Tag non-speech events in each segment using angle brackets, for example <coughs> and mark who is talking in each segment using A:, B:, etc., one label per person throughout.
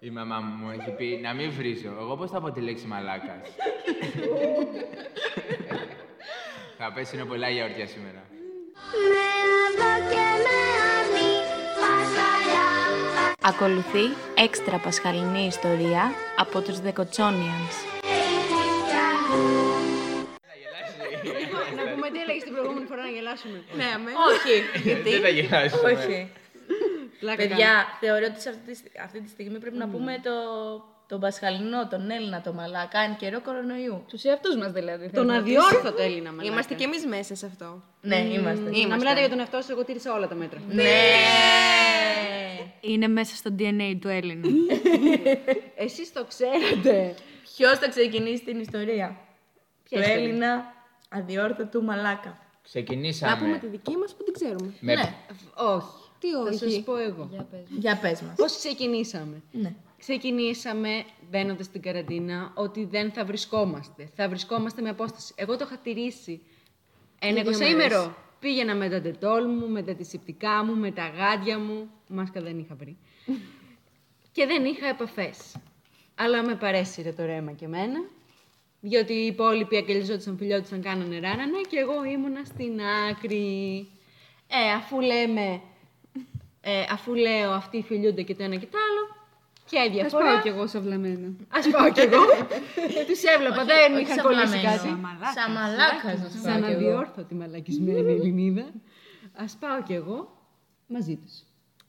A: Η μαμά μου μου έχει πει να μην βρίζω. Εγώ πώς θα πω τη λέξη μαλάκας. θα πέσουν πολλά γιαούρτια σήμερα.
B: Ακολουθεί έξτρα πασχαλινή ιστορία από τους Δεκοτσόνιανς.
A: Θα γελάσει.
C: Να πούμε τι έλεγες την προηγούμενη φορά να γελάσουμε.
D: Ναι, με.
B: Όχι.
A: Δεν θα γελάσει.
D: Όχι.
C: Πλάκα κάνω.
D: Παιδιά, θεωρώ ότι σε αυτή, τη στι- αυτή τη στιγμή πρέπει να πούμε το, τον Πασχαλινό, τον Έλληνα, τον Μαλάκα, εν καιρό κορονοϊού.
E: Τους εαυτούς μας δηλαδή.
C: Τον αδιόρθωτο Έλληνα μαλάκα.
D: Είμαστε
C: και
D: εμείς μέσα σε αυτό. Ναι, είμαστε.
C: Να μιλάτε για τον εαυτό σας, εγώ τήρησα όλα τα μέτρα.
D: Ναι!
E: Είναι μέσα στο DNA του Έλληνα.
C: Εσείς το ξέρετε.
D: Ποιος θα ξεκινήσει την ιστορία,
C: Ποια
D: Του
C: ιστορία?
D: Έλληνα αδιόρθωτου Μαλάκα.
A: Ξεκινήσαμε.
F: Να πούμε τη δική μας που την ξέρουμε.
A: με...
D: Ναι.
C: Όχι. Τι
F: όχι.
C: Θα σας πω εγώ.
D: Για πες μας.
C: Πώς ξεκινήσαμε.
D: Ναι.
C: Ξεκινήσαμε μπαίνοντας στην καραντίνα ότι δεν θα βρισκόμαστε. Θα βρισκόμαστε με απόσταση. Εγώ το είχα τηρήσει. Ένα εικοσαήμερο. Πήγαινα με τα ντετόλ μου, με τα αντισηπτικά μου, με τα γάντια μου. Μάσκα δεν είχα βρει. και δεν είχα επαφές. Αλλά με παρέσυρε το ρέμα και εμένα. Διότι οι υπόλοιποι αγκαλιζόντουσαν, φιλιόντουσαν, κάνανε ράνανα και εγώ ήμουνα στην άκρη. Ε, αφού λέμε. Ε, αφού λέω αυτοί φιλιούνται και το ένα και το άλλο. Και η
F: Ας
C: διαφορά.
F: πάω κι εγώ σε βλαμμένα.
C: Ας πάω κι <laughs> εγώ. Τους έβλεπα, δεν είχαν κολλήσει κάτι.
D: Σαν μαλάκας να σου
C: Σαν
D: πω κι εγώ.
C: αδιόρθωτη μαλακισμένη Ελληνίδα. Ας πάω κι εγώ μαζί τους.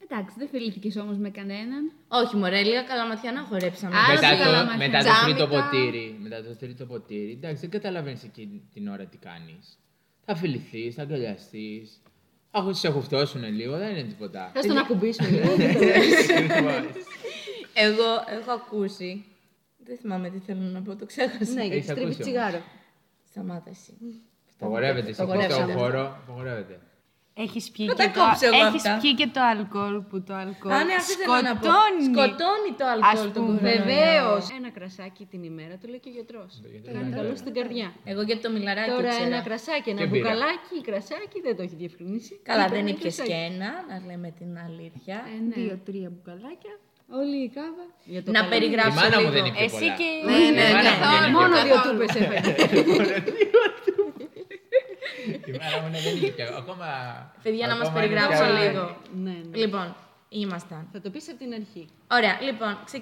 F: Εντάξει, δεν φιλήθηκες όμως με κανέναν.
D: Όχι, μωρέ, λίγα καλαματιανά χορέψαμε.
F: Άρα
A: Μετά
F: σε καλά
A: το,
F: μάτια.
A: μετά το
F: Τζάμικα.
A: τρίτο ποτήρι. Μετά το τρίτο ποτήρι. Εντάξει, δεν καταλαβαίνεις εκείνη την ώρα τι κάνεις. Θα φιληθείς, θα αγκαλιαστείς. Αφού σε χουφτώσουν λίγο, δεν είναι
C: <laughs>
A: τίποτα.
C: Θα στον ακουμπήσω λίγο.
D: Εγώ έχω ακούσει. Δεν θυμάμαι τι θέλω να πω, το ξέχασα.
C: Ναι, γιατί
A: Έχεις
C: στρίβει
A: ακούσει
C: τσιγάρο.
D: Σταμάτα εσύ.
A: Απογορεύεται σε αυτό το
D: Απογορεύεται.
A: χώρο. Απογορεύεται.
E: Έχεις πιει,
D: Θα
E: και
D: τα
E: το...
D: κόψω εγώ
E: Έχεις
D: αυτά.
E: πιει και το αλκοόλ που το αλκοόλ
D: Α, ναι, αυτό ήθελα να πω. Σκοτώνει το αλκοόλ
E: Ας
D: τον
E: πούμε.
D: κορονοϊό.
C: Βεβαίως. Ένα κρασάκι την ημέρα το λέει και ο γιατρός.
F: Ε,
A: Ναι,
C: Κάνει καλό στην καρδιά.
D: Εγώ γιατί το μιλαράκι
C: Τώρα
D: ήξερα.
C: ένα κρασάκι, ένα
A: Και μπύρα.
C: μπουκαλάκι, κρασάκι δεν το έχει διευκρινίσει.
D: Καλά,
C: Λοιπόν,
D: δεν
C: ένα
D: ήπιες
C: κρασάκι.
D: και ένα, να λέμε την αλήθεια.
F: Δύο-τρία μπουκαλάκια. Ε, ναι. Όλη η κάβα.
C: Ναι. Για Ε, το
D: να
C: καλό.
A: Η
D: περιγράψω
A: μάνα
D: λίγο.
A: μου δεν είπε
E: Εσύ
A: πολλά.
E: και...
A: Η
F: Ναι, ναι,
A: μάνα
F: ναι.
A: μου δεν ήπιε
C: Μόνο
A: πολλά.
C: δύο τούπες έφαγε.
A: Η μάνα μου δεν ήπιε. Ακόμα.
D: Παιδιά, να μας
A: ακόμα
D: περιγράψω
A: είναι πια-
D: λίγο.
C: Ναι, ναι.
D: Λοιπόν, ήμασταν.
C: Θα το πεις από την αρχή.
D: Ωραία, λοιπόν, ξε...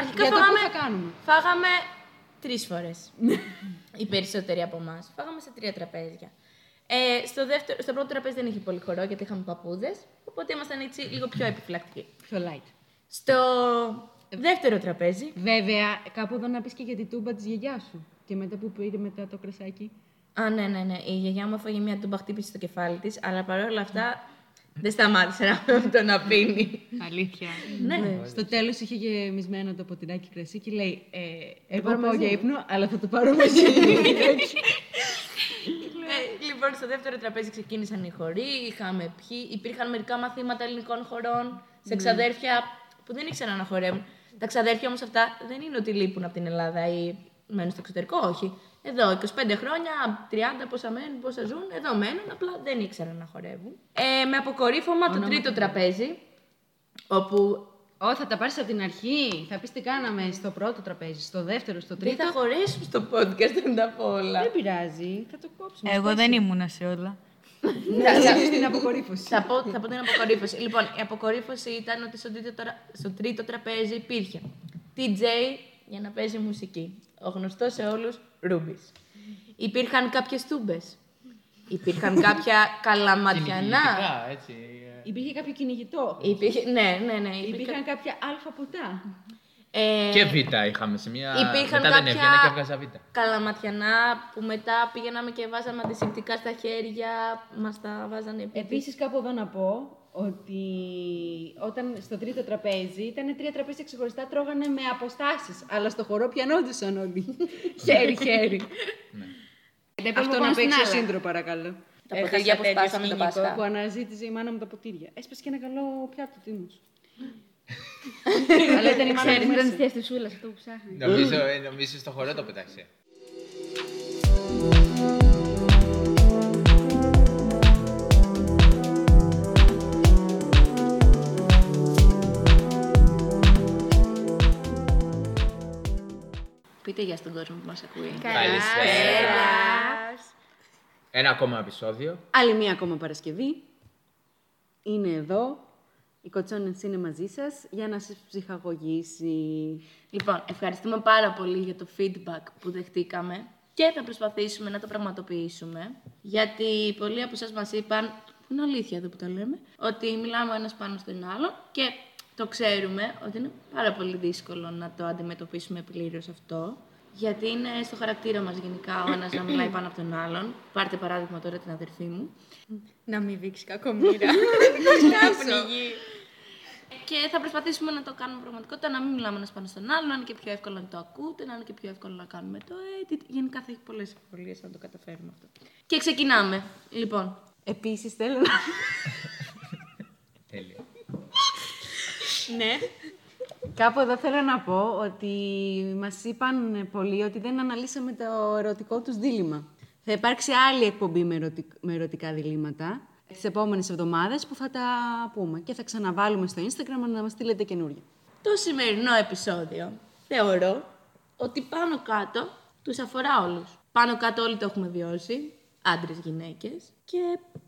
D: αρχικά
C: Για το
D: φάγαμε,
C: που θα κάνουμε.
D: φάγαμε τρεις φορές. Οι περισσότεροι από εμάς. Φάγαμε σε τρία τραπέζια. Ε, στο, δεύτερο, στο πρώτο τραπέζι δεν είχε πολύ χορό γιατί είχαμε παππούδες, οπότε ήμασταν έτσι λίγο πιο επιφυλακτικοί.
C: Πιο light.
D: Στο δεύτερο τραπέζι.
C: Βέβαια, κάπου εδώ να πεις και για την τούμπα της γιαγιάς σου. Και μετά που πήρε μετά το κρασάκι.
D: Α, ναι, ναι, ναι. Η γιαγιά μου έφαγε μια τούμπα χτύπηση στο κεφάλι της, αλλά παρόλα αυτά δεν σταμάτησε να <laughs> το να πίνει.
E: Αλήθεια.
D: ναι.
C: Στο τέλος είχε γεμισμένο το ποτηράκι κρασί και λέει: ε, Εγώ πάω για ύπνο, αλλά θα το πάρω μαζί. <laughs>
D: Ε, λοιπόν, στο δεύτερο τραπέζι ξεκίνησαν οι χοροί, είχαμε πιει, υπήρχαν μερικά μαθήματα ελληνικών χωρών
C: Ναι.
D: σε ξαδέρφια που δεν ήξεραν να χορεύουν. Τα ξαδέρφια όμως αυτά δεν είναι ότι λείπουν από την Ελλάδα ή μένουν στο εξωτερικό, όχι. Εδώ, 25 χρόνια, 30 πόσα μένουν, πόσα ζουν, εδώ μένουν, απλά δεν ήξεραν να χορεύουν. Ε, με αποκορύφωμα το τρίτο τραπέζι, όπου
C: Ω, θα τα πάρεις από την αρχή. Θα πεις τι κάναμε στο πρώτο τραπέζι, στο δεύτερο, στο
D: δεν
C: τρίτο.
D: θα χωρέσουν στο podcast, δεν τα πω όλα.
C: Δεν πειράζει, θα το κόψουμε.
E: Εγώ δεν ήμουνα σε όλα.
C: Στην αποκορύφωση.
D: Θα πω, θα πω την αποκορύφωση. λοιπόν, η αποκορύφωση ήταν ότι στο τρίτο, τρα- στο τρίτο τραπέζι υπήρχε DJ για να παίζει μουσική. Ο γνωστός σε όλους Ρούμπις. Υπήρχαν κάποιες τούμπες. Υπήρχαν
A: <laughs>
D: κάποια καλαματιανά.
A: Κυνηγητικά, έτσι. ε.
C: Υπήρχε κάποιο κυνηγητό.
D: Υπήρχε, ναι, ναι, ναι. Υπήρχαν,
C: Υπήρχαν κάποια αλφα ποτά.
D: ε,
A: Και β' είχαμε σε μια.
D: Υπήρχαν
A: μετά δεν
D: κάποια-
A: έβγαινα και έβγαζα β'.
D: καλαματιανά που μετά πήγαμε και βάζαμε αντισηπτικά στα χέρια. Μας τα βάζανε επί-
C: Επίσης, κάπου εδώ να πω ότι όταν στο τρίτο τραπέζι ήταν τρία τραπέζια ξεχωριστά, τρώγανε με αποστάσεις. Αλλά στο χορό πιανόντουσαν όλοι. Χέρι-χέρι. Αυτό να παίξει σύντρο, παρακαλώ.
D: Τα ποτήρια που σπάσαμε τα Ε, Πάσχα.
C: Που αναζήτησε η μάνα μου τα ποτήρια. Έσπασε και ένα καλό πιάτο τίμου.
D: Αλλά ήταν η μάνα
F: Ξέρεις,
D: μου.
F: ήταν στη αυτοσούλα αυτό που ψάχνει.
A: Νομίζω, ε, νομίζω στο χορό το πετάξε.
D: Πείτε γεια στον κόσμο που μας ακούει.
A: Καλησπέρα. Ένα ακόμα επεισόδιο.
C: Άλλη μία ακόμα Παρασκευή. Είναι εδώ. Η Κοτσόνες είναι μαζί σας για να σας ψυχαγωγήσει.
D: Λοιπόν, ευχαριστούμε πάρα πολύ για το feedback που δεχτήκαμε και θα προσπαθήσουμε να το πραγματοποιήσουμε. Γιατί πολλοί από εσάς μας είπαν, που είναι αλήθεια εδώ που τα λέμε, ότι μιλάμε ο ένας πάνω στον άλλον και το ξέρουμε ότι είναι πάρα πολύ δύσκολο να το αντιμετωπίσουμε πλήρως αυτό. Γιατί είναι στο χαρακτήρα μας γενικά ο ένας να μιλάει πάνω από τον άλλον. Πάρτε παράδειγμα τώρα την αδερφή μου.
E: Να μην δείξει κακομοίρα.
D: Και θα προσπαθήσουμε να το κάνουμε πραγματικότητα, να μην μιλάμε ένας πάνω στον άλλο, να είναι και πιο εύκολο να το ακούτε, να είναι και πιο εύκολο να κάνουμε το edit. Γενικά θα έχει πολλές ευκολίες να το καταφέρουμε αυτό. Και ξεκινάμε. Λοιπόν,
C: Επίσης θέλω να. <laughs>
A: Τέλεια.
D: ναι.
C: Κάπου εδώ θέλω να πω ότι μας είπαν πολλοί ότι δεν αναλύσαμε το ερωτικό τους δίλημα. Θα υπάρξει άλλη εκπομπή με, ερωτι- με ερωτικά διλήμματα τις επόμενες εβδομάδες που θα τα πούμε και θα ξαναβάλουμε στο Instagram να μας στείλετε καινούργια.
D: Το σημερινό επεισόδιο θεωρώ ότι πάνω κάτω τους αφορά όλους. Πάνω κάτω όλοι το έχουμε βιώσει, άντρες, γυναίκες και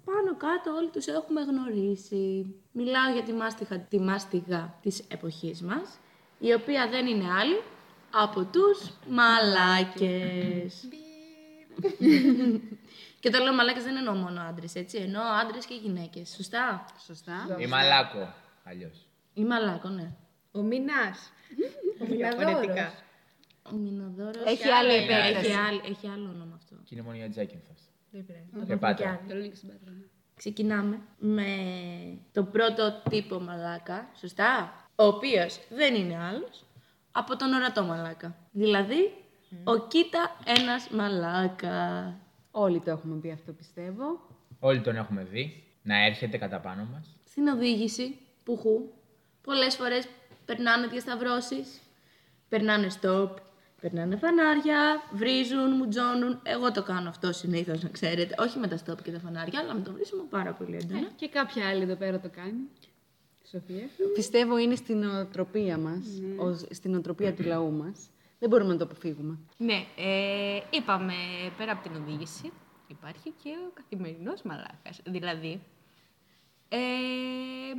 D: πάνω κάτω όλοι τους έχουμε γνωρίσει. Μιλάω για τη μάστιγα, τη μάστιγα της εποχής μας, η οποία δεν είναι άλλη από τους μαλάκες. και το λέω μαλάκες δεν εννοώ μόνο άντρες, έτσι, εννοώ άντρες και γυναίκες, σωστά.
C: Σωστά.
A: Ή μαλάκο. Αλλιώς.
D: Ή μαλάκο, ναι.
G: Ο Μινάς. Ο Μιναδόρο.
D: Ο Μιναδόρος...
C: Έχει άλλη επέκταση.
D: Έχει, άλλη- έχει άλλο όνομα αυτό.
A: Και είναι μόνο για Τζάκινθος.
G: Δεν πειράζει.
A: Και πάτε.
F: Το λένε και στην Πάτρα.
D: Ξεκινάμε με το πρώτο τύπο μαλάκα, σωστά, ο οποίος δεν είναι άλλος από τον ορατό μαλάκα. Δηλαδή, ο Κίτα ένας μαλάκα.
C: Όλοι το έχουμε πει αυτό πιστεύω.
A: Όλοι τον έχουμε δει να έρχεται κατά πάνω μας.
D: Στην οδήγηση, πουχού, πολλές φορές περνάνε διασταυρώσεις, περνάνε stop, περνάνε φανάρια, βρίζουν, μουτζώνουν. Εγώ το κάνω αυτό συνήθως, να ξέρετε. Όχι με τα stop και τα φανάρια, αλλά με το βρίσιμο πάρα πολύ έντονα.
F: Και κάποια άλλη εδώ πέρα το κάνει. Σοφία.
C: Πιστεύω είναι στην οτροπία μας, ως- στην οτροπία του λαού μας. Δεν μπορούμε να το αποφύγουμε.
G: Ναι, ε, είπαμε πέρα από την οδήγηση υπάρχει και ο καθημερινός μαλάκας. Δηλαδή, ε,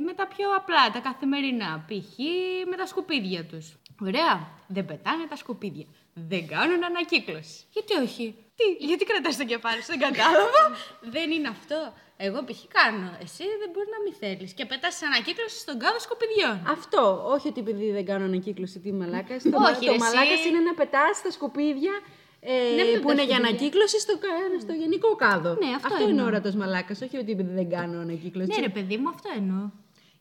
G: με τα πιο απλά, τα καθημερινά, π.χ. με τα σκουπίδια τους. Ωραία, δεν πετάνε τα σκουπίδια. Δεν κάνουν ανακύκλωση. Γιατί όχι. Τι, γιατί κρατάς το κεφάλι σου, δεν κατάλαβα. <laughs> δεν είναι αυτό. Εγώ π.χ. κάνω. Εσύ δεν μπορεί να μη θέλεις. Και πετάς ανακύκλωση στον κάδο σκουπιδιών.
C: Αυτό. Όχι ότι επειδή δεν κάνω ανακύκλωση τι μαλάκας. Το,
G: Όχι,
C: το
G: ρε,
C: μαλάκα
G: εσύ.
C: είναι να πετάς τα σκουπίδια ε,
G: Ναι, με
C: που
G: τα
C: είναι για
G: σκουπίδια.
C: ανακύκλωση στο, κα- στο γενικό κάδο.
G: Ναι, αυτό
C: είναι
G: εννοώ.
C: όρατος μαλάκας. Όχι ότι επειδή δεν κάνω ανακύκλωση.
G: Ναι, ρε παιδί μου, αυτό εννοώ.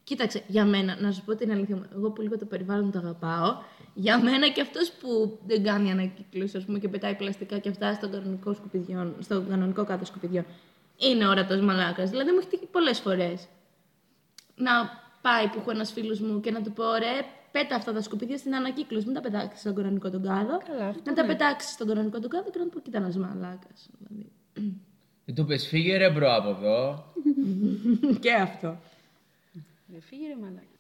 D: Κοίταξε, για μένα, να σου πω την αλήθεια μου, εγώ που λίγο το περιβάλλον το αγαπάω, για μένα και αυτός που δεν κάνει ανακύκλωση, ας πούμε, και πετάει πλαστικά και αυτά στον κανονικό, σκουπιδιών, στον κανονικό κάτω σκουπιδιών, είναι ορατός μαλάκας. Δηλαδή μου έχει τύχει πολλές φορές να πάει που έχω ένας φίλος μου και να του πω, ρε, πέτα αυτά τα σκουπίδια στην ανακύκλωση, μην τα πετάξεις στον κανονικό τον κάδο, να τα πετάξεις στον κανονικό τον κάδο και να του πω, κοίτα ένας μαλάκας. Δηλαδή.
A: Και του πες φύγε ρε μπρο από εδώ.
D: <laughs> και αυτό.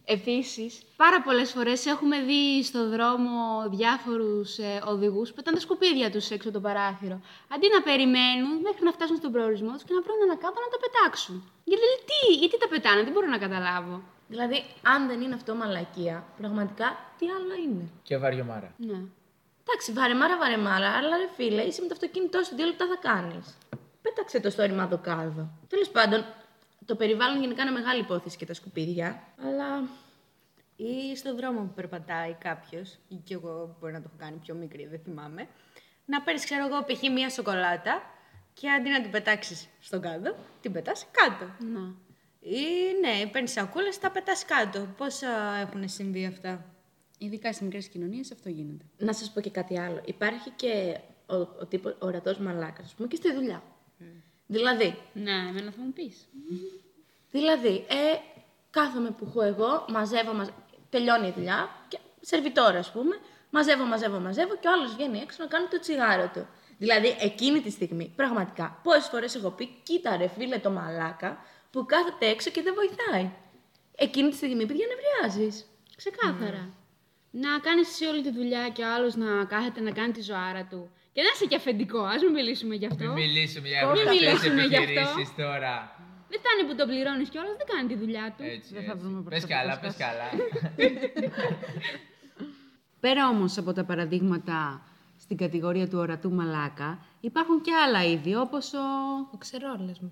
H: Επίσης, πάρα πολλές φορές έχουμε δει στο δρόμο διάφορους ε, οδηγούς που πετάνε τα σκουπίδια τους έξω το παράθυρο. Αντί να περιμένουν μέχρι να φτάσουν στον προορισμό τους και να βρουν ανακάτω να τα πετάξουν. Γιατί λέει, τι, γιατί τα πετάνε, δεν μπορώ να καταλάβω.
D: Δηλαδή, αν δεν είναι αυτό μαλακία, πραγματικά τι άλλο είναι.
A: Και βαριομάρα.
H: Ναι.
D: Εντάξει, βαρεμάρα, βαρεμάρα, αλλά ρε φίλε, είσαι με το αυτοκίνητό σου, δύο λεπτά θα κάνεις. Πέταξε το στο ρημαδοκάδο. Τέλος πάντων, το περιβάλλον γενικά είναι μεγάλη υπόθεση και τα σκουπίδια, αλλά.
G: ή στον δρόμο που περπατάει κάποιος, ή κι εγώ μπορεί να το έχω κάνει πιο μικρή, δεν θυμάμαι, να παίρνεις, ξέρω εγώ, π.χ. μία σοκολάτα και αντί να την πετάξεις στον κάδο, την πετάς κάτω.
H: Να.
G: Ή ναι, παίρνεις σακούλες, τα πετάς κάτω. Πόσα έχουν συμβεί αυτά.
F: Ειδικά σε μικρές κοινωνίες αυτό γίνεται.
D: Να σας πω και κάτι άλλο. Υπάρχει και ο, ο τύπος ορατός μαλάκας, ας πούμε, και στη δουλειά. Δηλαδή,
F: Mm. Ναι, εμένα θα μου πεις.
D: Δηλαδή, ε, κάθομαι που έχω εγώ, μαζεύω, μαζε... τελειώνει η δουλειά, και σερβιτόρα ας πούμε, μαζεύω, μαζεύω, μαζεύω και ο άλλος βγαίνει έξω να κάνει το τσιγάρο του. Δηλαδή εκείνη τη στιγμή, πραγματικά, πόσες φορές έχω πει, κοίτα ρε φίλε το μαλάκα που κάθεται έξω και δεν βοηθάει. Εκείνη τη στιγμή, παιδιά, νευριάζεις.
H: Ξεκάθαρα. Να κάνεις εσύ όλη τη δουλειά και ο άλλος να κάθεται να κάνει τη ζωάρα του. Και να είσαι και αφεντικό, ας μην μιλήσουμε γι' αυτό.
A: Μην μιλήσουμε για
H: Μην
A: αυτές τις
H: μιλήσουμε γι' αυτό.
A: επιχειρήσεις τώρα.
H: Δεν φτάνει που τον πληρώνεις κιόλας, δεν κάνει τη δουλειά του.
A: Έτσι,
G: Δεν θα
A: έτσι.
G: βρούμε
A: Πες
G: προσωπικό
A: καλά,
G: σκάφος.
A: πες
G: <laughs>
A: καλά.
C: Πέρα όμως από τα παραδείγματα στην κατηγορία του ορατού μαλάκα, υπάρχουν και άλλα είδη, όπως ο...
E: Ο ξερόλας μου.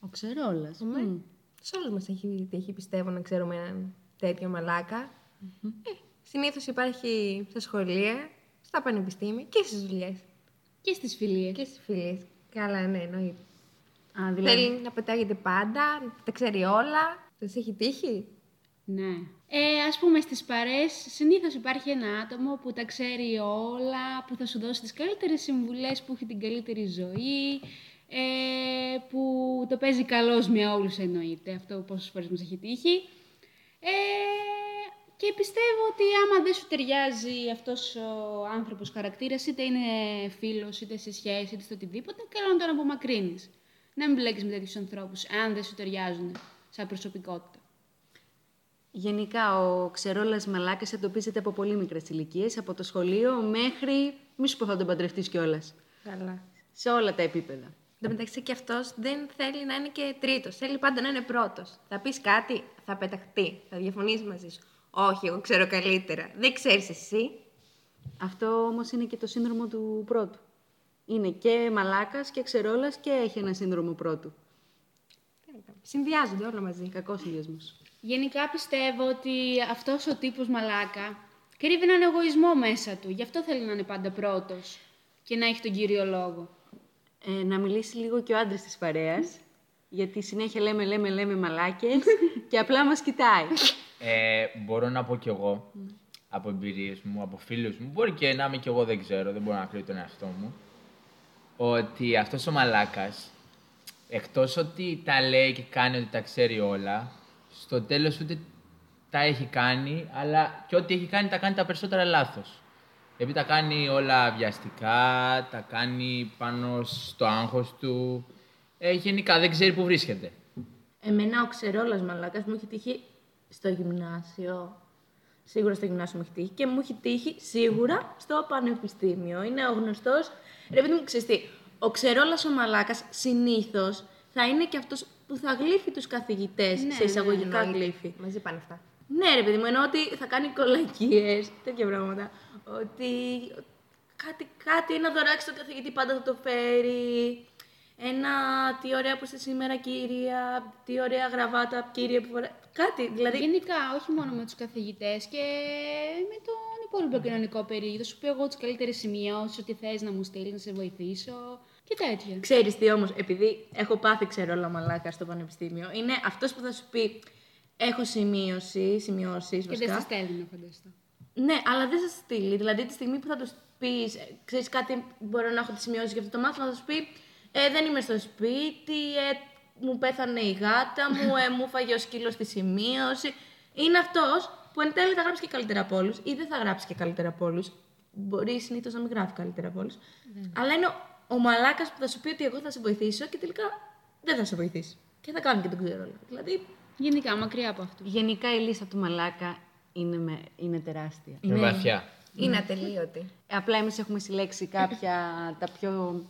C: Ο ξερόλας.
E: Ομέ. Σε όλους μας έχει τύχει, πιστεύω, να ξέρουμε έναν τέτοιο μαλάκα. Ε, συνήθως υπάρχει στα σχολεία, στα πανεπιστήμια και στις δουλειές.
H: Και στις φιλίες.
E: Και στις φιλίες. Καλά, ναι, εννοείται.
F: Α, δηλαδή.
E: Θέλει να πετάγεται πάντα, να τα ξέρει όλα. Σας έχει τύχει.
F: Ναι.
H: Ε, ας πούμε στις παρές συνήθως υπάρχει ένα άτομο που τα ξέρει όλα, που θα σου δώσει τις καλύτερες συμβουλές, που έχει την καλύτερη ζωή, ε, που το παίζει καλός με όλους εννοείται, αυτό πόσες φορές μας έχει τύχει. Ε, και πιστεύω ότι άμα δεν σου ταιριάζει αυτός ο άνθρωπος χαρακτήρας, είτε είναι ε, φίλος, είτε σε σχέση, είτε στο οτιδήποτε, καλό να τον απομακρύνεις. Να μην μπλέκεις με τέτοιους ανθρώπους, αν δεν σου ταιριάζουν σαν προσωπικότητα.
C: Γενικά, ο ξερόλας μαλάκας εντοπίζεται από πολύ μικρές ηλικίες, από το σχολείο μέχρι... Μη σου πω θα τον παντρευτείς κιόλας.
E: Καλά.
C: Σε όλα τα επίπεδα.
E: Εν τω μεταξύ και αυτός δεν θέλει να είναι και τρίτος. Θέλει πάντα να είναι πρώτος. Θα πεις κάτι, θα πεταχτεί. Θα διαφωνήσει μαζί σου. Όχι, εγώ ξέρω καλύτερα. Δεν ξέρεις εσύ.
C: Αυτό όμως είναι και το σύνδρομο του πρώτου. Είναι και μαλάκας και ξερόλας και έχει ένα σύνδρομο πρώτου.
E: Συνδυάζονται όλα μαζί.
C: Κακό συνδυασμός.
H: Γενικά πιστεύω ότι αυτός ο τύπος μαλάκα κρύβει έναν εγωισμό μέσα του. Γι' αυτό θέλει να είναι πάντα πρώτος και να έχει τον κύριο λόγο.
C: Ε, να μιλήσει λίγο και ο άντρας της παρέας, γιατί συνέχεια λέμε, λέμε, λέμε
H: <laughs>
C: μαλάκες και απλά μας κοιτάει.
A: Ε, μπορώ να πω κι εγώ από εμπειρίες μου, από φίλους μου, μπορεί και να είμαι κι εγώ, δεν ξέρω, δεν μπορώ να κρίνω τον εαυτό μου. Ότι αυτός ο μαλάκας, εκτός ότι τα λέει και κάνει ότι τα ξέρει όλα, στο τέλος ούτε τα έχει κάνει, αλλά και ό,τι έχει κάνει τα κάνει τα περισσότερα λάθος. Γιατί τα κάνει όλα βιαστικά, τα κάνει πάνω στο άγχος του. Ε, γενικά δεν ξέρει που βρίσκεται.
D: Εμένα ο ξερόλας μαλάκας μου έχει τύχει στο γυμνάσιο. Σίγουρα στο γυμνάσιο μου έχει τύχει και μου έχει τύχει σίγουρα στο πανεπιστήμιο. Είναι ο γνωστός. Ρε παιδί μου, ξέρεις τι, ο ξερόλας ο μαλάκας συνήθως θα είναι και αυτός που θα γλύφει τους καθηγητές σε εισαγωγικά γλύφει.
E: Μαζί πάνε αυτά.
D: Ναι, ρε παιδί μου, εννοώ ότι θα κάνει κολακίες, τέτοια πράγματα. Ότι κάτι, κάτι, ένα δωράκι στον καθηγητή πάντα θα το φέρει. Ένα τι ωραία που είστε σήμερα, κυρία. Τι ωραία γραβάτα, κύριε που φορά. Κάτι, δηλαδή.
H: Γενικά, όχι μόνο με τους καθηγητές και με τον υπόλοιπο κοινωνικό περίγυρο. Σου πει εγώ τις καλύτερες σημειώσεις, ό,τι θες να μου στείλεις, να σε βοηθήσω και τέτοια.
D: Ξέρεις τι όμως, επειδή έχω πάθει ξερόλα μαλάκα στο πανεπιστήμιο, είναι αυτός που θα σου πει Έχω σημείωση, σημειώσεις.
H: Και δεν σε στέλνει, να φανταστώ.
D: Ναι, αλλά δεν θα σε στείλει. Δηλαδή, τη στιγμή που θα τους πεις, ξέρεις κάτι, μπορώ να έχω τη σημειώσει για αυτό το μάθημα, θα του πει ε, Δεν είμαι στο σπίτι, ε, μου πέθανε η γάτα μου, ε, μου φάγε ο σκύλος τη σημείωση. Είναι αυτός που εν τέλει θα γράψει και καλύτερα από όλους ή δεν θα γράψει και καλύτερα από όλους. Μπορεί συνήθως να μην γράφει καλύτερα από όλους. Αλλά είναι ο, ο μαλάκας που θα σου πει ότι εγώ θα σε βοηθήσω και τελικά δεν θα σε βοηθήσει. Και θα κάνει και τον ξέρω. Δηλαδή,
H: Γενικά, μακριά από αυτό.
C: Γενικά η λίστα του μαλάκα είναι, με, είναι τεράστια.
G: Ναι.
A: Είναι βαθιά.
E: Είναι ατελείωτη.
C: Ε, Απλά εμείς έχουμε συλλέξει κάποια τα πιο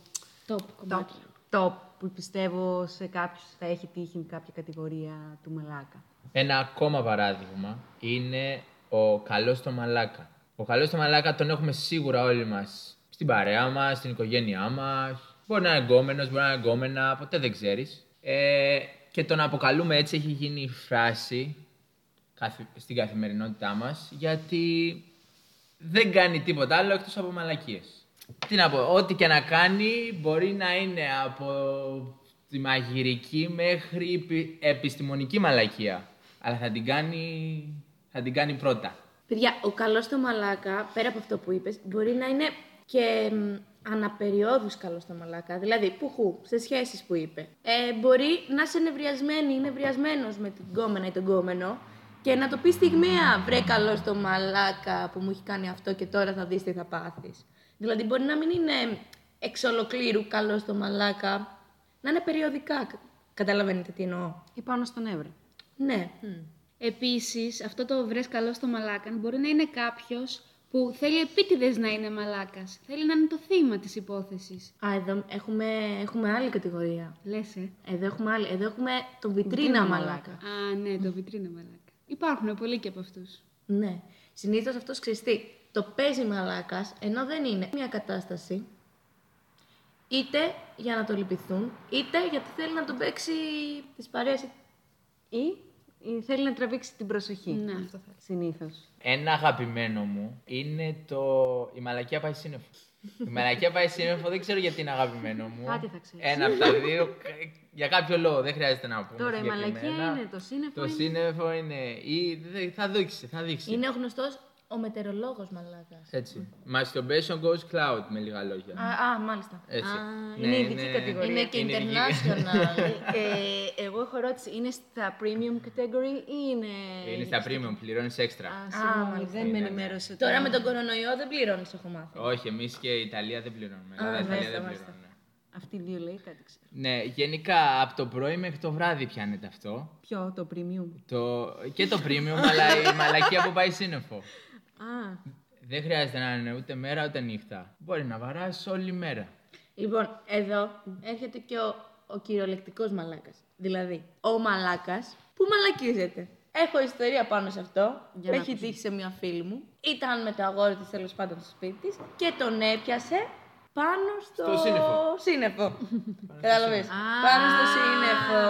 H: Top
C: top,
H: κομμάτι.
C: top που πιστεύω σε κάποιους θα έχει τύχει κάποια κατηγορία του μαλάκα.
A: Ένα ακόμα παράδειγμα είναι ο καλός στο μαλάκα. Ο καλός στο μαλάκα τον έχουμε σίγουρα όλοι μας. Στην παρέα μας, στην οικογένειά μας. Μπορεί να είναι εγκόμενος, μπορεί να είναι εγκόμενα, ποτέ δεν ξέρεις. Ε, και τον αποκαλούμε έτσι έχει γίνει η φράση καθη- στην καθημερινότητά μας, γιατί δεν κάνει τίποτα άλλο εκτός από μαλακίες. Τι να πω, ό,τι και να κάνει μπορεί να είναι από τη μαγειρική μέχρι επι- επιστημονική μαλακία. Αλλά θα την κάνει, θα την κάνει πρώτα.
D: Παιδιά, ο καλός στο μαλάκα, πέρα από αυτό που είπες, μπορεί να είναι και μ, αναπεριόδους καλός στο μαλάκα. Δηλαδή, πουχού, σε σχέσεις που είπε. Ε, μπορεί να είσαι νευριασμένη ή νευριασμένος με την κόμενα ή τον κόμενο και να το πεις στιγμιαία. Βρε καλός στο μαλάκα που μου έχει κάνει αυτό και τώρα θα δεις τι θα πάθεις. Δηλαδή, μπορεί να μην είναι εξ ολοκλήρου καλό στο μαλάκα, να είναι περιοδικά. Καταλαβαίνετε τι εννοώ.
G: Ή πάνω στον Εύρο.
D: Ναι.
H: Επίσης, αυτό το βρες καλό στο μαλάκα μπορεί να είναι κάποιος που θέλει επίτηδες να είναι μαλάκας. Θέλει να είναι το θύμα της υπόθεσης.
D: Α, εδώ έχουμε, έχουμε άλλη κατηγορία.
H: Λες, ε.
D: Εδώ έχουμε άλλη. Εδώ έχουμε το βιτρίνα μαλάκα.
H: Α, ναι, το βιτρίνα μαλάκα. Υπάρχουν πολλοί και από αυτούς.
D: Ναι. Συνήθως αυτός ξεστεί. Το παίζει μαλάκας, ενώ δεν είναι μια κατάσταση. Είτε για να το λυπηθούν, είτε γιατί θέλει να τον παίξει της παρέας.
C: Ή ή θέλει να τραβήξει την προσοχή.
H: Ναι.
C: Συνήθως.
A: Ένα αγαπημένο μου είναι το. Η μαλακία πάει σύννεφο. Η μαλακία πάει σύννεφο, δεν ξέρω γιατί είναι αγαπημένο μου.
C: Κάτι θα ξέρεις.
A: Ένα από τα δύο. Για κάποιο λόγο, δεν χρειάζεται να πούμε.
C: Τώρα η μαλακία
A: συγκεκριμένα.
C: είναι το σύννεφο.
A: Το
C: είναι-
A: σύννεφο είναι. Ή... δε- Θα δείξει, θα δείξει.
D: Είναι ο γνωστός ο μετερολόγο μαλάκας.
A: Έτσι. Masturbation goes cloud, με λίγα λόγια.
D: Α, α, μάλιστα.
A: Έτσι. Ναι,
C: είναι ειδική κατηγορία.
D: Είναι και
A: Είναι ειδική.
C: <laughs>
D: international.
C: Ε, εγώ έχω ερώτηση. Είναι στα premium category ή είναι.
A: Είναι στα premium, πληρώνεις έξτρα.
C: Α, συγγνώμη, δεν με ενημέρωσε. το-
D: Τώρα με τον κορονοϊό δεν πληρώνεις, έχω μάθει.
A: Όχι, εμείς και η Ιταλία δεν πληρώνουμε. Η Ελλάδα, η Ιταλία δεν πληρώνουν.
C: Αυτοί οι δύο λέει κάτι ξέρω.
A: Ναι, γενικά από το πρωί μέχρι το βράδυ πιάνεται αυτό.
C: Ποιο, το premium.
A: Το... Και το premium, <laughs> αλλά η μαλακία που πάει σύννεφο.
C: Α,
A: Δεν χρειάζεται να είναι ούτε μέρα ούτε νύχτα. Μπορεί να βαράσει όλη μέρα.
D: Λοιπόν, εδώ έρχεται και ο, ο κυριολεκτικός μαλάκας. Δηλαδή, ο μαλάκας που μαλακίζεται. Έχω ιστορία πάνω σε αυτό. που έχει τύχει σε μια φίλη μου. Ήταν με το αγόρι της τέλος πάντων στο σπίτι της και τον έπιασε πάνω στο,
A: Στο σύννεφο.
D: σύννεφο. Κατάλαβε. πάνω στο σύννεφο.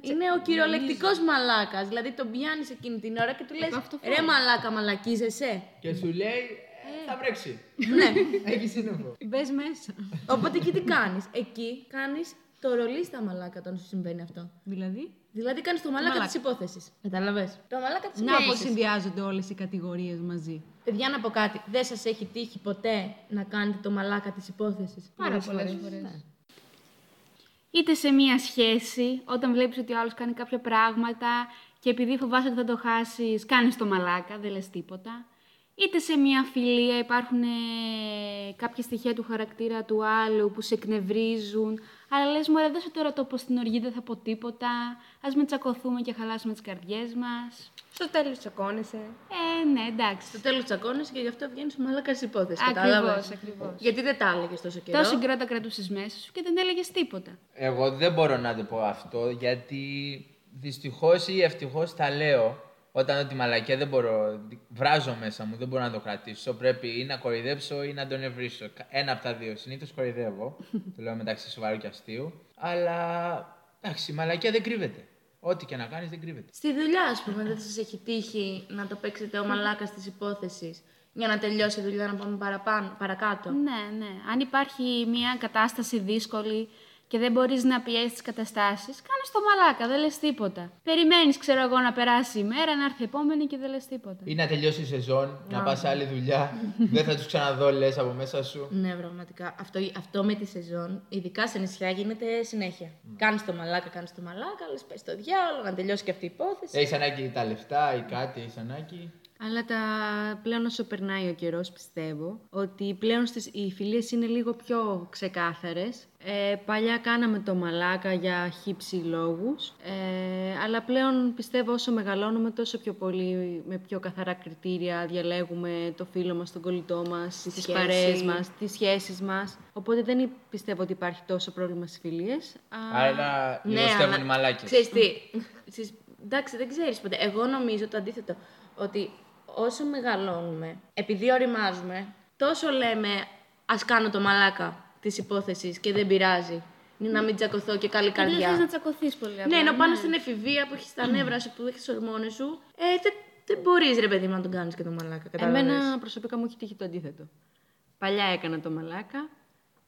D: Είναι ο κυριολεκτικός μαλάκας. Δηλαδή τον πιάνεις εκείνη την ώρα και του λες: Ρε μαλάκα, μαλακίζεσαι.
A: Και σου λέει, «Ε, θα βρέξει. Ναι. <laughs> Έχει σύννεφο.
G: Μπες μέσα.
D: Οπότε εκεί τι κάνεις. Εκεί κάνεις το ρολί στα μαλάκα όταν σου συμβαίνει αυτό.
G: δηλαδή.
D: Δηλαδή κάνεις το μαλάκα της υπόθεσης. Κατάλαβες. Το μαλάκα της
C: να πώ
D: υπόθεση.
C: συνδυάζονται όλες οι κατηγορίες μαζί.
D: Παιδιά, να πω κάτι. Δεν σας έχει τύχει ποτέ να κάνετε το μαλάκα της υπόθεσης. Πάρα πολλές φορέ.
H: Είτε σε μία σχέση, όταν βλέπεις ότι ο άλλος κάνει κάποια πράγματα και επειδή φοβάσαι ότι θα το χάσεις, κάνεις το μαλάκα, δεν λες τίποτα. Είτε σε μία φιλία υπάρχουν ε, κάποια στοιχεία του χαρακτήρα του άλλου που σε εκνευρίζουν, αλλά λες μωρέ δώσε τώρα το πως στην οργή δεν θα πω τίποτα, ας με τσακωθούμε και χαλάσουμε τις καρδιές μας.
E: Στο τέλος τσακώνεσαι.
H: Ε, ναι, εντάξει.
D: Στο τέλος τσακώνεσαι και γι' αυτό βγαίνεις ο μαλάκα τη υπόθεση.
H: Ακριβώς,
D: Κατάλαβες.
H: ακριβώς.
D: Γιατί δεν τα έλεγες τόσο καιρό.
H: Τόση καιρό τα κρατούσες μέσα σου και δεν έλεγες τίποτα.
A: Εγώ δεν μπορώ να το πω αυτό γιατί δυστυχώς ή ευτυχώς τα λέω. Όταν δω τη μαλακία δεν μπορώ, βράζω μέσα μου, δεν μπορώ να το κρατήσω. Πρέπει ή να κοροϊδέψω ή να τον ευρίσω. Ένα από τα δύο. Συνήθως κοροϊδεύω. το λέω μεταξύ σοβαρού και αστείου. Αλλά εντάξει, η μαλακία δεν κρύβεται. Ό,τι και να κάνεις δεν κρύβεται.
D: Στη δουλειά, ας πούμε, δεν σας έχει τύχει να το παίξετε ο μαλάκας της υπόθεσης για να τελειώσει η δουλειά να πάμε παραπάνω, παρακάτω.
H: Ναι, ναι. Αν υπάρχει μια κατάσταση δύσκολη και δεν μπορείς να πιέσεις τις καταστάσεις, κάνε το μαλάκα, δεν λες τίποτα. Περιμένεις, ξέρω εγώ, να περάσει η μέρα, να έρθει η επόμενη και δεν λες τίποτα.
A: Ή να τελειώσει η σεζόν, να πα άλλη δουλειά. δεν θα τους ξαναδώ, λες από μέσα σου.
D: Ναι, πραγματικά. Αυτό, αυτό με τη σεζόν, ειδικά σε νησιά, γίνεται συνέχεια. Κάνεις Κάνει το μαλάκα, κάνει το μαλάκα, λες πες το διάλογο, να τελειώσει και αυτή η υπόθεση.
A: Έχεις ανάγκη τα λεφτά ή κάτι, έχεις ανάγκη.
C: Αλλά τα... πλέον όσο περνάει ο καιρός, πιστεύω ότι πλέον στις... οι φιλίες είναι λίγο πιο ξεκάθαρες. Ε, παλιά κάναμε το μαλάκα για χύψη λόγους. Ε, αλλά πλέον πιστεύω όσο μεγαλώνουμε, τόσο πιο πολύ με πιο καθαρά κριτήρια διαλέγουμε το φίλο μας, τον κολλητό μας, τι παρέες μας, τις σχέσεις μας. Οπότε δεν υ- πιστεύω ότι υπάρχει τόσο πρόβλημα στις φιλίες.
A: Άρα λίγο στεύουν οι μαλάκες.
D: Ξέρεις τι. Στις- εντάξει, δεν ξέρεις ποτέ. Εγώ νομίζω το αντίθετο. Ότι όσο μεγαλώνουμε, επειδή οριμάζουμε, τόσο λέμε ας κάνω το μαλάκα της υπόθεσης και δεν πειράζει. Είναι να μην τσακωθώ και καλή
H: Δεν
D: καρδιά.
H: θες να τσακωθείς πολύ
D: Ναι,
H: απλά.
D: ενώ πάνω στην εφηβεία που έχεις τα νεύρα σου, που έχεις ορμόνες σου, ε, δεν, δεν μπορείς ρε παιδί μου να τον κάνεις και τον μαλάκα. Κατάλαβες.
C: Εμένα προσωπικά μου έχει τύχει το αντίθετο. Παλιά έκανα το μαλάκα.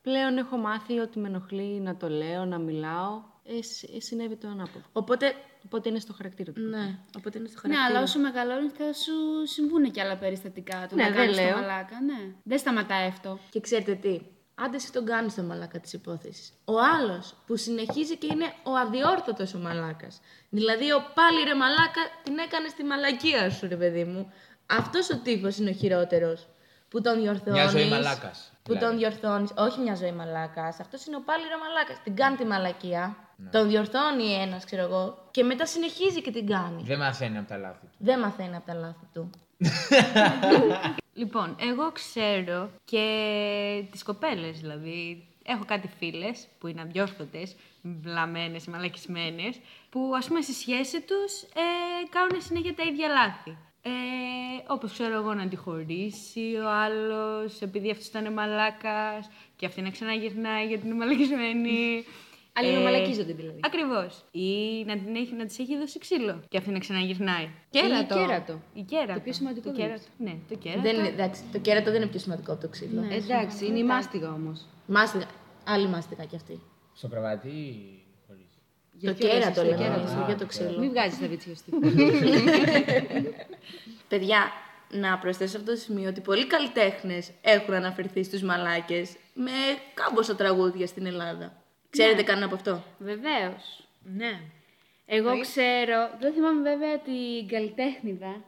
C: Πλέον έχω μάθει ότι με ενοχλεί να το λέω, να μιλάω. Ε, σ- ε, συνέβη το ανάποδο.
D: Οπότε.
C: Οπότε είναι στο χαρακτήρα του.
D: Ναι, οπότε είναι στο
H: Ναι,
D: χαρακτήρα.
H: αλλά όσο μεγαλώνεις θα σου συμβούν και άλλα περιστατικά του
C: Ναι,
H: να
C: δεν
H: κάνεις το
C: λέω.
H: μαλάκα. Ναι. Δεν σταματάει αυτό.
D: Και ξέρετε τι. Άντε εσύ τον κάνεις το μαλάκα της υπόθεσης. Ο άλλος που συνεχίζει και είναι ο αδιόρθωτος ο μαλάκας. Δηλαδή, ο πάλι ρε μαλάκα την έκανε στη μαλακία σου, ρε παιδί μου. Αυτός ο τύπος είναι ο χειρότερος. Που τον διορθώνει.
A: Μια ζωή μαλάκας,
D: Που
A: δηλαδή.
D: τον διορθώνεις. Όχι μια ζωή μαλάκας. Αυτός είναι ο πάλι ρε μαλάκας. Την κάνει τη μαλακία.
A: Ναι.
D: Τον διορθώνει ένας, ξέρω εγώ. Και μετά συνεχίζει και την κάνει.
A: Δεν μαθαίνει από τα λάθη του.
D: Δεν μαθαίνει από τα λάθη του.
G: Λοιπόν, εγώ ξέρω και τις κοπέλες, δηλαδή. Έχω κάτι φίλες που είναι αδιόρθωτες, βλαμμένες, μαλακισμένες, που ας πούμε στη σχέση τους ε, κάνουν συνέχεια τα ίδια λάθη. Ε, Όπως ξέρω εγώ να τη χωρίσει ο άλλος, επειδή αυτός ήταν μαλάκας, και αυτή να ξαναγυρνάει γιατί είναι
C: <laughs>
G: μαλακισμένη.
D: Ε,
C: Αλληλομαλακίζονται δηλαδή.
G: Ακριβώς. Ή να, την έχει, να της έχει δώσει ξύλο. Και αυτή να ξαναγυρνάει.
C: Κέρατο. κέρατο.
G: Η κέρατο.
C: Το πιο σημαντικό
G: Το
C: είναι
G: κέρατο. Ναι, το κέρατο.
D: Δεν είναι, εντάξει, το κέρατο δεν είναι πιο σημαντικό από το ξύλο.
C: Ε, Εντάξει, είναι η μάστιγα όμως.
D: Μάστιγα. Άλλη μάστιγα κι αυτή.
A: Στο κρεβάτι ή χωρίς.
D: το κέρατο λέμε. εμείς, Για το ξύλο.
C: Μην βγάζεις τα βίτσια στη
D: Παιδιά, να προσθέσω αυτό το σημείο ότι πολλοί καλλιτέχνες έχουν αναφερθεί στους μαλάκες με κάμποσα τραγούδια στην Ελλάδα. Ξέρετε κανένα από αυτό.
H: Βεβαίως. Ναι. Εγώ ξέρω, δεν θυμάμαι βέβαια την καλλιτέχνηδα.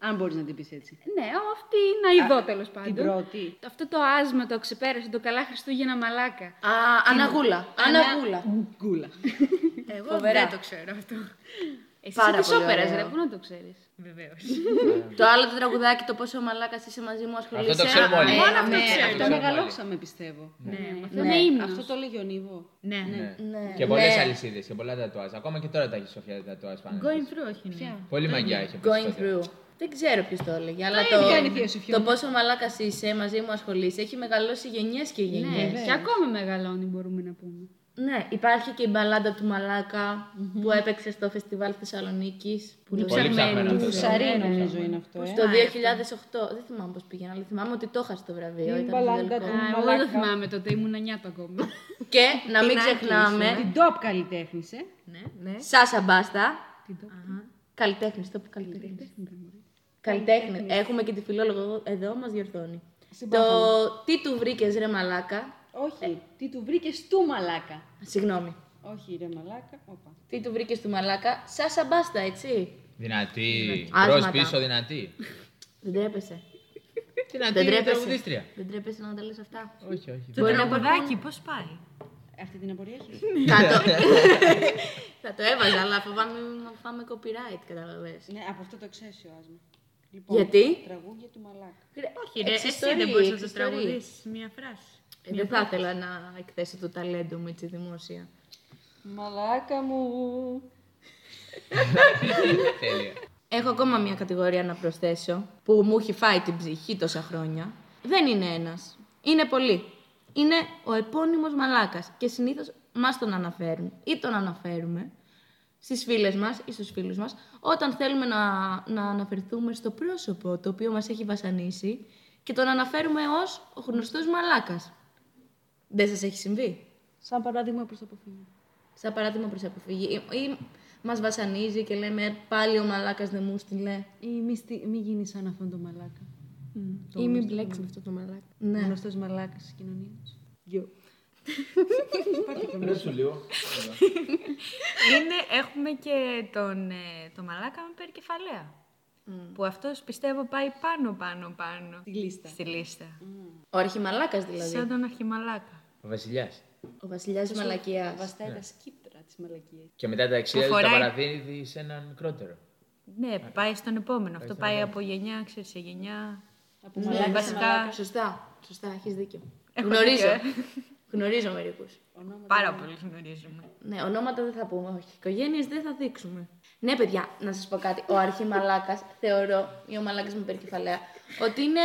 C: Αν μπορείς να την πεις έτσι.
H: Ναι, ο, αυτή είναι αειδό τέλο πάντων.
C: Την πρώτη.
H: Αυτό το άσμα το ξεπέρασε, το καλά Χριστούγεννα μαλάκα.
D: Α, Αναγούλα. Αναγούλα. Ναι,
C: Γκούλα.
H: Εγώ
D: Φοβερά.
H: δεν το ξέρω αυτό. Εσύ
D: Πάρα
H: της
D: πολύ
H: όπερας,
D: ωραίο.
H: ρε, πού να το ξέρεις.
D: Το άλλο το τραγουδάκι, το πόσο μαλάκας είσαι μαζί μου, ασχολείσαι.
A: Αυτό το ξέρουμε όλοι.
D: Μόνο αυτό
A: Ναι.
D: ξέρω.
A: ξέρουμε
C: Ε, Αυτό
A: όλοι.
C: μεγαλώσαμε πιστεύω.
H: Ναι. Αυτό
I: Ναι,
H: είναι ύμνος.
C: Αυτό το λέγει ο Νίβο.
A: Ναι.
D: Ναι.
A: Και πολλές
D: Ναι.
A: αλυσίδες και πολλά τατουάζ. Ακόμα και τώρα τα έχει η Σοφία τα τατουάζ πάνω. της.
G: through, όχι. Ναι.
A: Πολύ μαγιά έχει.
D: Going
A: περισσότερα.
D: through. Δεν ξέρω ποιος το έλεγε, αλλά
C: κάνει θεία σου
D: το,
C: φιού.
D: το πόσο μαλάκας είσαι μαζί μου ασχολείσαι έχει μεγαλώσει γενιές και γενιέ.
H: Ναι, και ακόμα μεγαλώνει μπορούμε να πούμε.
D: Ναι, υπάρχει και η μπαλάντα του μαλακα που έπαιξε στο φεστιβάλ Θεσσαλονίκης. Πολύ
C: Λοιπόν.
A: Πολύ ψαγμένο αυτό. το τραγούδι.
C: Ψαρίνο
D: ναι.
C: νομίζω είναι αυτό. ε.
D: Στο 2008, δεν θυμάμαι πώς πήγαινα, αλλά θυμάμαι ότι το είχα στο βραβείο.
C: Την
D: Ήταν
C: μπαλάντα
D: τελικό.
C: του.
H: Α, Εγώ δεν το θυμάμαι τότε, ήμουν 9 ακόμα.
D: Και να μην ξεχνάμε, Ναι,
C: Την top ε. καλλιτέχνησε. Ναι.
D: Σάσα Μπάστα. Καλλιτέχνη, το που καλλιτέχνη. Καλλιτέχνης. Έχουμε και τη φιλόλογο εδώ, μας διορθώνει. Το τι του βρήκες, ρε Μαλάκα.
C: Όχι. Τι του βρήκες του μαλάκα.
D: Συγγνώμη.
C: Ε. Όχι, ρε μαλάκα. Όπα.
D: Τι του βρήκες του Μαλάκα. Σάσα Μπάστα, έτσι.
A: Δυνατή.
D: Άσματα.
A: Προ πίσω
D: <laughs>
A: δυνατή.
D: Δεν τρέπεσαι.
A: Δυνατή
D: Δεν
A: είναι
D: τρέπεσαι.
A: τραγουδίστρια.
D: Δεν τρέπεσαι να τα λες αυτά.
A: Όχι, όχι.
G: Το τραγουδάκι, πώς πάει.
C: Αυτή την απορία έχει.
D: Θα το,
G: <laughs>
D: θα το έβαζα, αλλά φοβάμαι να φάμε copyright, καταλαβες.
C: Ναι, από αυτό το ξέρεις ο άσμα.
D: Γιατί?
C: Λοιπόν, Τραγούδια του μαλάκα.
G: Όχι, ρε, Ε, εσύ
D: εξιστορεί,
G: δεν μπορείς να το
D: εξιστορεί.
G: τραγουδήσεις μία φράση.
D: Ε, Δεν θα ήθελα να εκθέσω το ταλέντο μου έτσι δημόσια.
C: Μαλάκα μου.
A: Τέλεια.
D: Έχω ακόμα μια κατηγορία να προσθέσω που μου έχει φάει την ψυχή τόσα χρόνια. Δεν είναι ένας. Είναι πολλοί. Είναι ο επώνυμος μαλάκας και συνήθως μας τον αναφέρουν ή τον αναφέρουμε στις φίλες μας ή στους φίλους μας όταν θέλουμε να, να αναφερθούμε στο πρόσωπο το οποίο μας έχει βασανίσει και τον αναφέρουμε ως ο γνωστός μαλάκας. Δεν σας έχει συμβεί.
C: Σαν παράδειγμα προς αποφύγει.
D: Σαν παράδειγμα προς αποφυγή. Ή, ή μας βασανίζει και λέμε «Ε, πάλι ο μαλάκας δεν μου στείλε.
C: Ή μη, στι... μη γίνει σαν αυτόν τον μαλάκα.
D: Ή μην μπλέξει με αυτό το μαλάκα. Ναι.
C: Γνωστός μαλάκας της κοινωνίας.
A: Δώσου λίγο.
G: Είναι, έχουμε και τον, ε, τον μαλάκα με περικεφαλαία. Που αυτός πιστεύω πάει πάνω, πάνω, πάνω. Στη λίστα. Στη λίστα.
D: Ο αρχιμαλάκας δηλαδή.
G: Σαν τον αρχιμαλάκα.
A: Ο Βασιλιάς.
D: Ο βασιλιάς της μαλακίας.
C: Βαστάει τα σκύπτρα της μαλακίας.
A: Και μετά τα εξίδια του τα
G: φοράει.
A: παραδίδει σε έναν μικρότερο.
G: Ναι, πάει στον επόμενο. Αυτό πάει από γενιά, ξέρεις, σε γενιά.
C: Από
G: Ναι, βασικά.
D: Σωστά. Σωστά, έχεις δίκιο. Γνωρίζω.
G: ε.
D: Γνωρίζω μερικούς.
G: Πάρα πολύ γνωρίζουμε.
D: Ναι, ονόματα δεν θα πούμε, όχι. Οικογένειες δεν θα δείξουμε. Ναι, παιδιά, να σας πω κάτι. Ο αρχιμαλάκας, θεωρώ, ή ο μαλάκας με υπερκεφαλαία, ότι είναι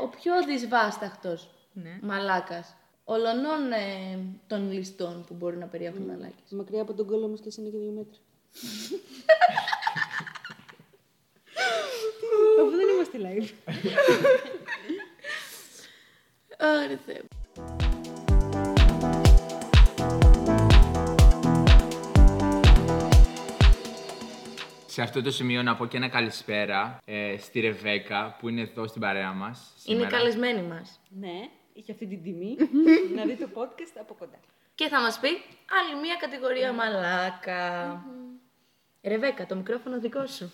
D: ο, ο πιο δυσβάσταχτος
G: Ναι.
D: μαλάκας όλων ε, των ληστών που μπορεί να περιέχουν
G: Ναι.
D: μαλάκες.
C: Μακριά από τον κόλλο μα και είναι και δύο μέτρα. Αφού δεν είμαστε live.
D: Ωραία, Θεέ μου.
A: Σε αυτό το σημείο να πω και ένα καλησπέρα ε, στη Ρεβέκα που είναι εδώ στην παρέα μας.
D: Είναι καλεσμένη μας.
C: Ναι, είχε αυτή την τιμή να δει το podcast από κοντά.
D: Και θα μας πει άλλη μία
G: Ναι.
D: κατηγορία μαλάκα. Ρεβέκα, το μικρόφωνο δικό σου.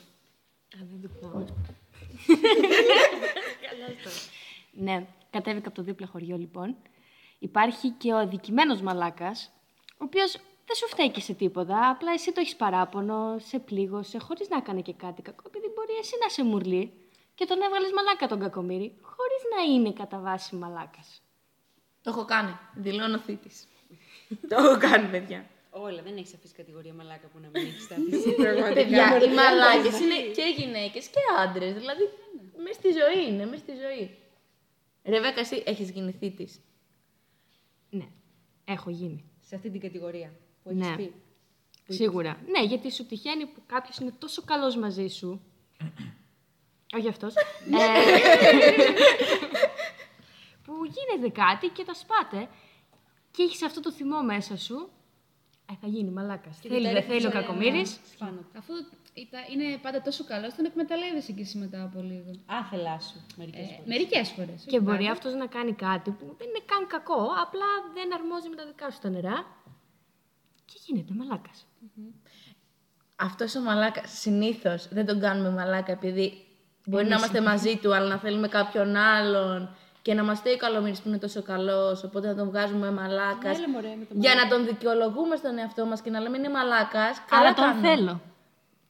I: Ναι, κατέβηκα από το δίπλα χωριό λοιπόν. Υπάρχει και ο αδικημένος μαλάκας, ο οποίος δεν σου φταίει και σε τίποτα, απλά εσύ το έχεις παράπονο, σε πλήγωσε, χωρίς να έκανε και κάτι κακό, επειδή μπορεί εσύ να σε μουρλεί και τον έβγαλες μαλάκα τον κακομύρι, χωρίς να είναι κατά βάση μαλάκας.
D: Το έχω κάνει. Δηλώνω θήτης. Ε, το έχω κάνει, παιδιά.
C: Όλα, δεν έχεις αφήσει κατηγορία μαλάκα που να μην έχεις <laughs> σταθεί.
D: παιδιά, οι μαλάκες είναι και γυναίκες και άντρες. Δηλαδή, μες στη ζωή είναι, μες στη ζωή. Ρεβέκα, εσύ έχεις γίνει θήτης.
I: Ναι, έχω γίνει.
C: σε αυτή την κατηγορία που έχεις
I: Ναι.
C: πει.
I: Σίγουρα. Ναι, γιατί σου τυχαίνει που κάποιος είναι τόσο καλός μαζί <coughs> σου. Όχι αυτός. Ναι. που γίνεται κάτι και τα σπάτε και έχεις αυτό το θυμό μέσα σου. Ε, θα γίνει μαλάκας. Θέλει, δεν θέλει ναι. ο κακομοίρη.
F: Αφού ήταν- είναι πάντα τόσο καλός, τον εκμεταλλεύεσαι κι εσύ μετά από λίγο.
C: Άθελά σου μερικές
F: Ε, Μερικές φορές.
I: Και μπορεί αυτός να κάνει κάτι που δεν είναι καν κακό, απλά δεν αρμόζει με τα δικά σου τα νερά. Και γίνεται μαλάκα.
D: Αυτός ο μαλάκας συνήθως δεν τον κάνουμε μαλάκα επειδή μπορεί να είμαστε μαζί του, αλλά να θέλουμε κάποιον άλλον και να μας στέει ο Καλομήρης που είναι τόσο καλός. Οπότε να τον βγάζουμε μαλάκας. Για να τον δικαιολογούμε στον εαυτό μας και να λέμε είναι μαλάκας.
I: Αλλά τον θέλω.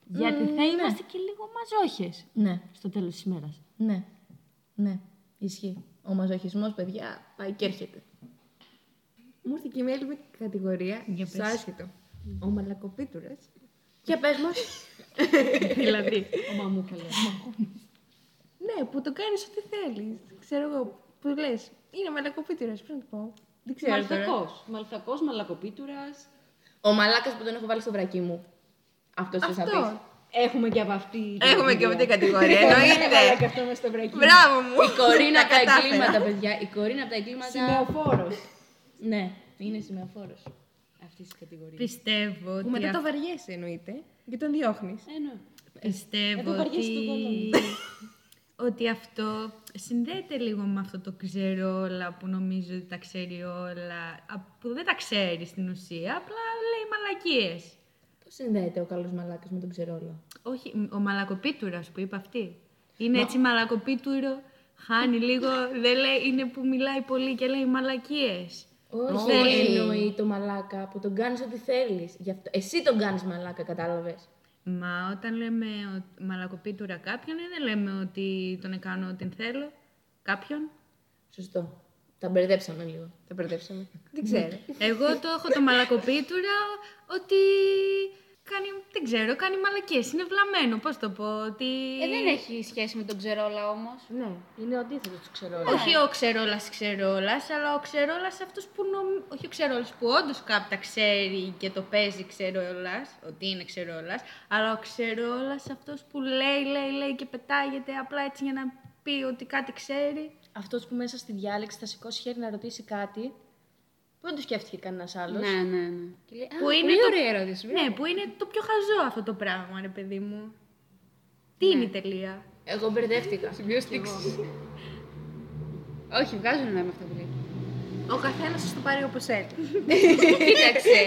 I: Γιατί θα είμαστε και λίγο μαζόχες
D: Ναι,
I: στο τέλος της ημέρας.
D: ναι, ναι. Ισχύει. Ο μαζοχισμός, παιδιά, πάει και έρχεται.
E: Μου ήρθε και μια άλλη κατηγορία. Στο άσχετο. Ο μαλακοπίτουρας.
D: Για πες μας.
E: δηλαδή. Ο μαμούκαλο. ναι, που το κάνεις ό,τι θέλεις. Ξέρω εγώ. Που λες. Είναι μαλακοπίτουρας. Πώς να το πω. Δεν ξέρω. τώρα.
C: Μαλθακός. Μαλθακός, μαλακοπίτουρας.
D: Ο μαλάκας που τον έχω βάλει στο βρακί μου. Αυτός που θα πει.
E: Αυτό.
C: Έχουμε και από αυτή. την
E: Έχουμε και
C: κατηγορία. Ναι,
E: αυτή την κατηγορία.
C: <laughs> Έχουμε βάλει και
E: Εννοείται.
C: αυτό μες στο βρακί.
E: Μπράβο μου.
D: Η κορίνα
E: Τα
D: από τα
E: κατάφερα.
D: εγκλήματα, παιδιά. Η κορίνα από τα εγκλήματα.
C: Σημεοφόρος.
D: Ναι, είναι σημεοφόρο.
C: αυτής της κατηγορίας.
G: Πιστεύω
E: Που
G: ότι.
E: μετά
G: αυ-
E: το βαριέσαι εννοείται. Και τον διώχνεις.
C: Ναι,
G: Πιστεύω
C: Εγώ βαριέσαι
G: ότι...
C: τον κόλλο μου.
G: <laughs> ότι αυτό συνδέεται λίγο με αυτό το ξέρω όλα που νομίζω ότι τα ξέρει όλα, α, που δεν τα ξέρει στην ουσία, απλά λέει μαλακίες.
D: Πώς συνδέεται ο καλός μαλάκας με τον ξερόλο.
G: Όχι, μ, ο μαλακοπίτουρας που είπε αυτή. Είναι έτσι μαλακοπίτουρο, χάνει λίγο, δεν λέει, είναι που μιλάει πολύ και λέει μαλακίες.
D: Όχι, εννοεί το μαλάκα που τον κάνεις ό,τι θέλεις. Εσύ τον κάνεις μαλάκα, κατάλαβες.
G: Μα όταν λέμε ο- μαλακοπίτουρα κάποιον, ε, δεν λέμε ότι τον κάνω ό,τι θέλω. Κάποιον.
D: Σωστό. Τα μπερδέψαμε λίγο.
E: Τα μπερδέψαμε. Δεν ξέρω.
G: Εγώ το έχω το μαλακοπίτουρα ότι κάνει, δεν ξέρω, κάνει μαλακίες, είναι βλαμμένο, πώς το πω, ότι...
F: Ε, δεν έχει σχέση με τον Ξερόλα όμως.
I: Ναι, είναι ο αντίθετο του ξέρω.
G: Όχι ο ξερόλας ξερόλας, αλλά ο ξερόλας αυτός που νομ... όχι ο ξερόλας που όντως κάποια ξέρει και το παίζει ξερόλας, ότι είναι ξερόλας, αλλά ο ξερόλας αυτός που λέει, λέει, λέει και πετάγεται απλά έτσι για να πει ότι κάτι ξέρει.
I: Αυτός που μέσα στη διάλεξη θα σηκώσει χέρι να ρωτήσει κάτι που δεν το σκέφτηκε κανένας άλλος.
F: Ναι, ναι, ναι. Και λέει,
G: Που
F: α,
G: είναι
F: πολύ
G: το-
F: ωραία ερώτηση.
G: Ναι, που είναι το πιο χαζό αυτό το πράγμα, ρε παιδί μου. Τι είναι η
F: Ναι.
G: τελεία.
D: Εγώ μπερδεύτηκα.
F: Όχι, βγάζω ένα με αυτά που λέει.
E: Ο καθένας το πάρει όπως θέλει.
F: Κοίταξε.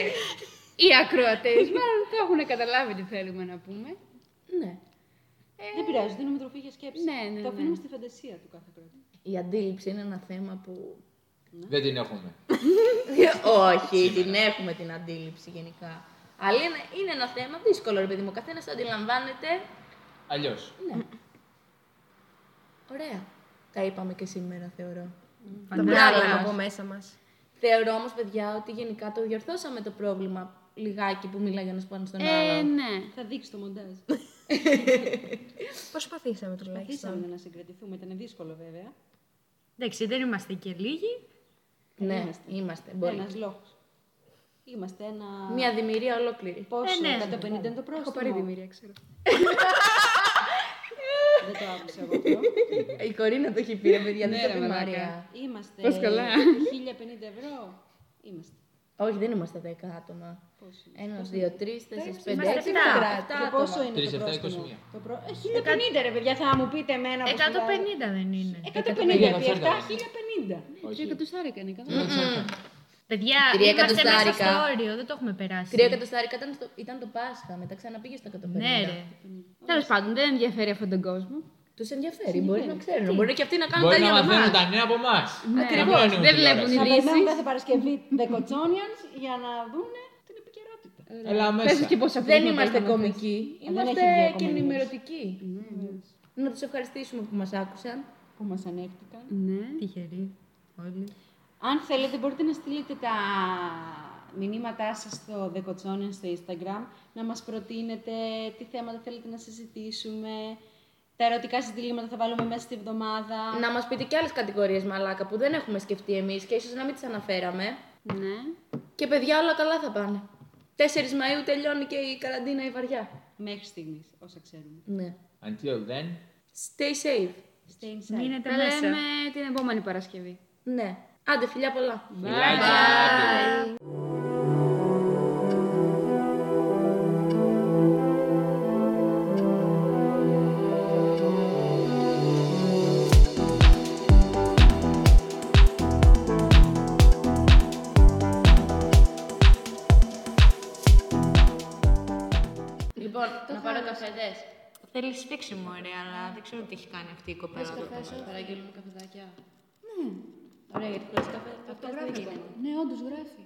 F: Οι ακροατές μάλλον το έχουν καταλάβει τι θέλουμε να πούμε.
D: ναι.
C: Δεν πειράζει, δίνουμε τροφή για σκέψη.
F: Ναι, ναι,
C: Το
F: ναι.
C: αφήνουμε στη φαντασία του κάθε κράτη.
D: Η αντίληψη είναι ένα θέμα που.
A: Δεν την έχουμε.
D: Όχι, την έχουμε την αντίληψη γενικά. Αλλά είναι, είναι ένα θέμα δύσκολο, ρε παιδί μου. Ο καθένας το αντιλαμβάνεται.
A: Αλλιώς.
D: Ωραία. Τα είπαμε και σήμερα, θεωρώ.
E: Το βγάλαμε από μέσα μας.
D: Θεωρώ όμως, παιδιά, ότι γενικά το διορθώσαμε το πρόβλημα λιγάκι που μιλάει ένας πάνω στον
F: Ε,
D: άλλον.
F: ναι.
C: Θα δείξει το μοντάζ.
E: Προσπαθήσαμε τουλάχιστον.
C: Προσπαθήσαμε να συγκρατηθούμε, ήταν δύσκολο βέβαια.
G: Εντάξει, δεν είμαστε και λίγοι.
D: ναι, είμαστε. μπορεί.
C: Ένας λόγος. Είμαστε ένα.
D: Μια δημιουργία ολόκληρη.
C: Πόσο, 150 είναι το πρόστιμο. Ε, ναι. Έχω πάρει δημιουργία, ξέρω. Δεν το άκουσα εγώ αυτό.
D: Η Κορίνα το έχει πει, ρε παιδιά, δεν
F: Ναι,
D: το
F: ρε
D: πει η
F: μαλάκα.
D: Μαρία.
C: Είμαστε.
F: Πώς καλά.
C: 1050 ευρώ. Είμαστε.
D: Όχι, δεν είμαστε 10 άτομα.
C: Πόσο είναι.
D: Ένα, δύο, τρεις, τέσσερις, πέντε,
G: είμαστε
D: έξι,
G: εφτά.
D: εφτά.
C: Και
D: Εφτά
C: πόσο
D: άτομα.
C: είναι
A: Τρεις,
C: το
A: εφτά,
C: πρόστιμο.
A: 21.
C: Το προ... ε, 1050 ρε παιδιά, θα μου πείτε εμένα.
G: 150 δεν είναι.
C: 150 επί 7, 1050
F: Τρία εκατοστάρικα είναι καλά.
G: Παιδιά,
D: Τρία
G: είμαστε μέσα στο
D: εκατοστάρικα.
G: όριο, δεν το έχουμε περάσει.
D: Τρία εκατοστάρικα ήταν, στο- ήταν το Πάσχα, μετά ξαναπήγε στα 150.
G: Ναι, ρε.
F: Τέλος πάντων, δεν ενδιαφέρει αυτόν τον κόσμο.
D: Τους ενδιαφέρει, μπορεί να ξέρουν. Μπορεί και αυτοί να κάνουν τα
A: Μπορεί να
D: ίδια με
A: μαθαίνουν
D: εμάς.
A: τα νέα από εμάς.
F: Ακριβώ. Ναι. Δεν βλέπουν
C: Να
F: ειδήσει.
C: περιμένουν κάθε Παρασκευή The Cotsonians για να Ναι, δουν την επικαιρότητα.
A: Έλα
F: Πες
A: μέσα.
F: και πόσα
D: Δεν
F: πράγματα
D: είμαστε
F: έχουμε.
D: κομικοί,
C: δεν έχει
D: είμαστε
C: βγει
D: και
C: ακόμα Ναι,
D: ενημερωτικοί. Να τους ευχαριστήσουμε που μας άκουσαν.
C: Που μας ανέχτηκαν.
F: Ναι.
G: Τυχεροί. Όλοι.
C: Αν θέλετε, μπορείτε να στείλετε τα μηνύματά σας στο The Cotsonians στο Instagram, να μας προτείνετε τι θέματα θέλετε να συζητήσουμε, τα ερωτικά συζητήματα θα βάλουμε μέσα στη βδομάδα.
D: Να μας πείτε και άλλες κατηγορίες μαλάκα που δεν έχουμε σκεφτεί εμείς και ίσως να μην τις αναφέραμε.
F: Ναι.
D: Και παιδιά όλα καλά θα πάνε. 4 Μαΐου τελειώνει και η καραντίνα η βαριά.
C: Μέχρι στιγμής, όσα ξέρουμε.
D: Ναι.
A: Until then,
D: Stay safe.
C: Stay inside.
G: Μείνετε
F: Τα
G: μέσα.
F: λέμε Ε, την επόμενη Παρασκευή.
D: Ναι. Άντε φιλιά πολλά.
A: φιλάκια.
D: Λοιπόν, να πάρω καφέδες.
G: Θέλει σφίξιμο, ρε, αλλά δεν ξέρω τι έχει κάνει αυτή η κοπέλα. εδώ πέρα.
D: Παραγγείλουμε καφεδάκια. Ναι. Ωραία, γιατί χωρίς καφέ. Αυτό γράφει.
F: Ναι, όντως γράφει.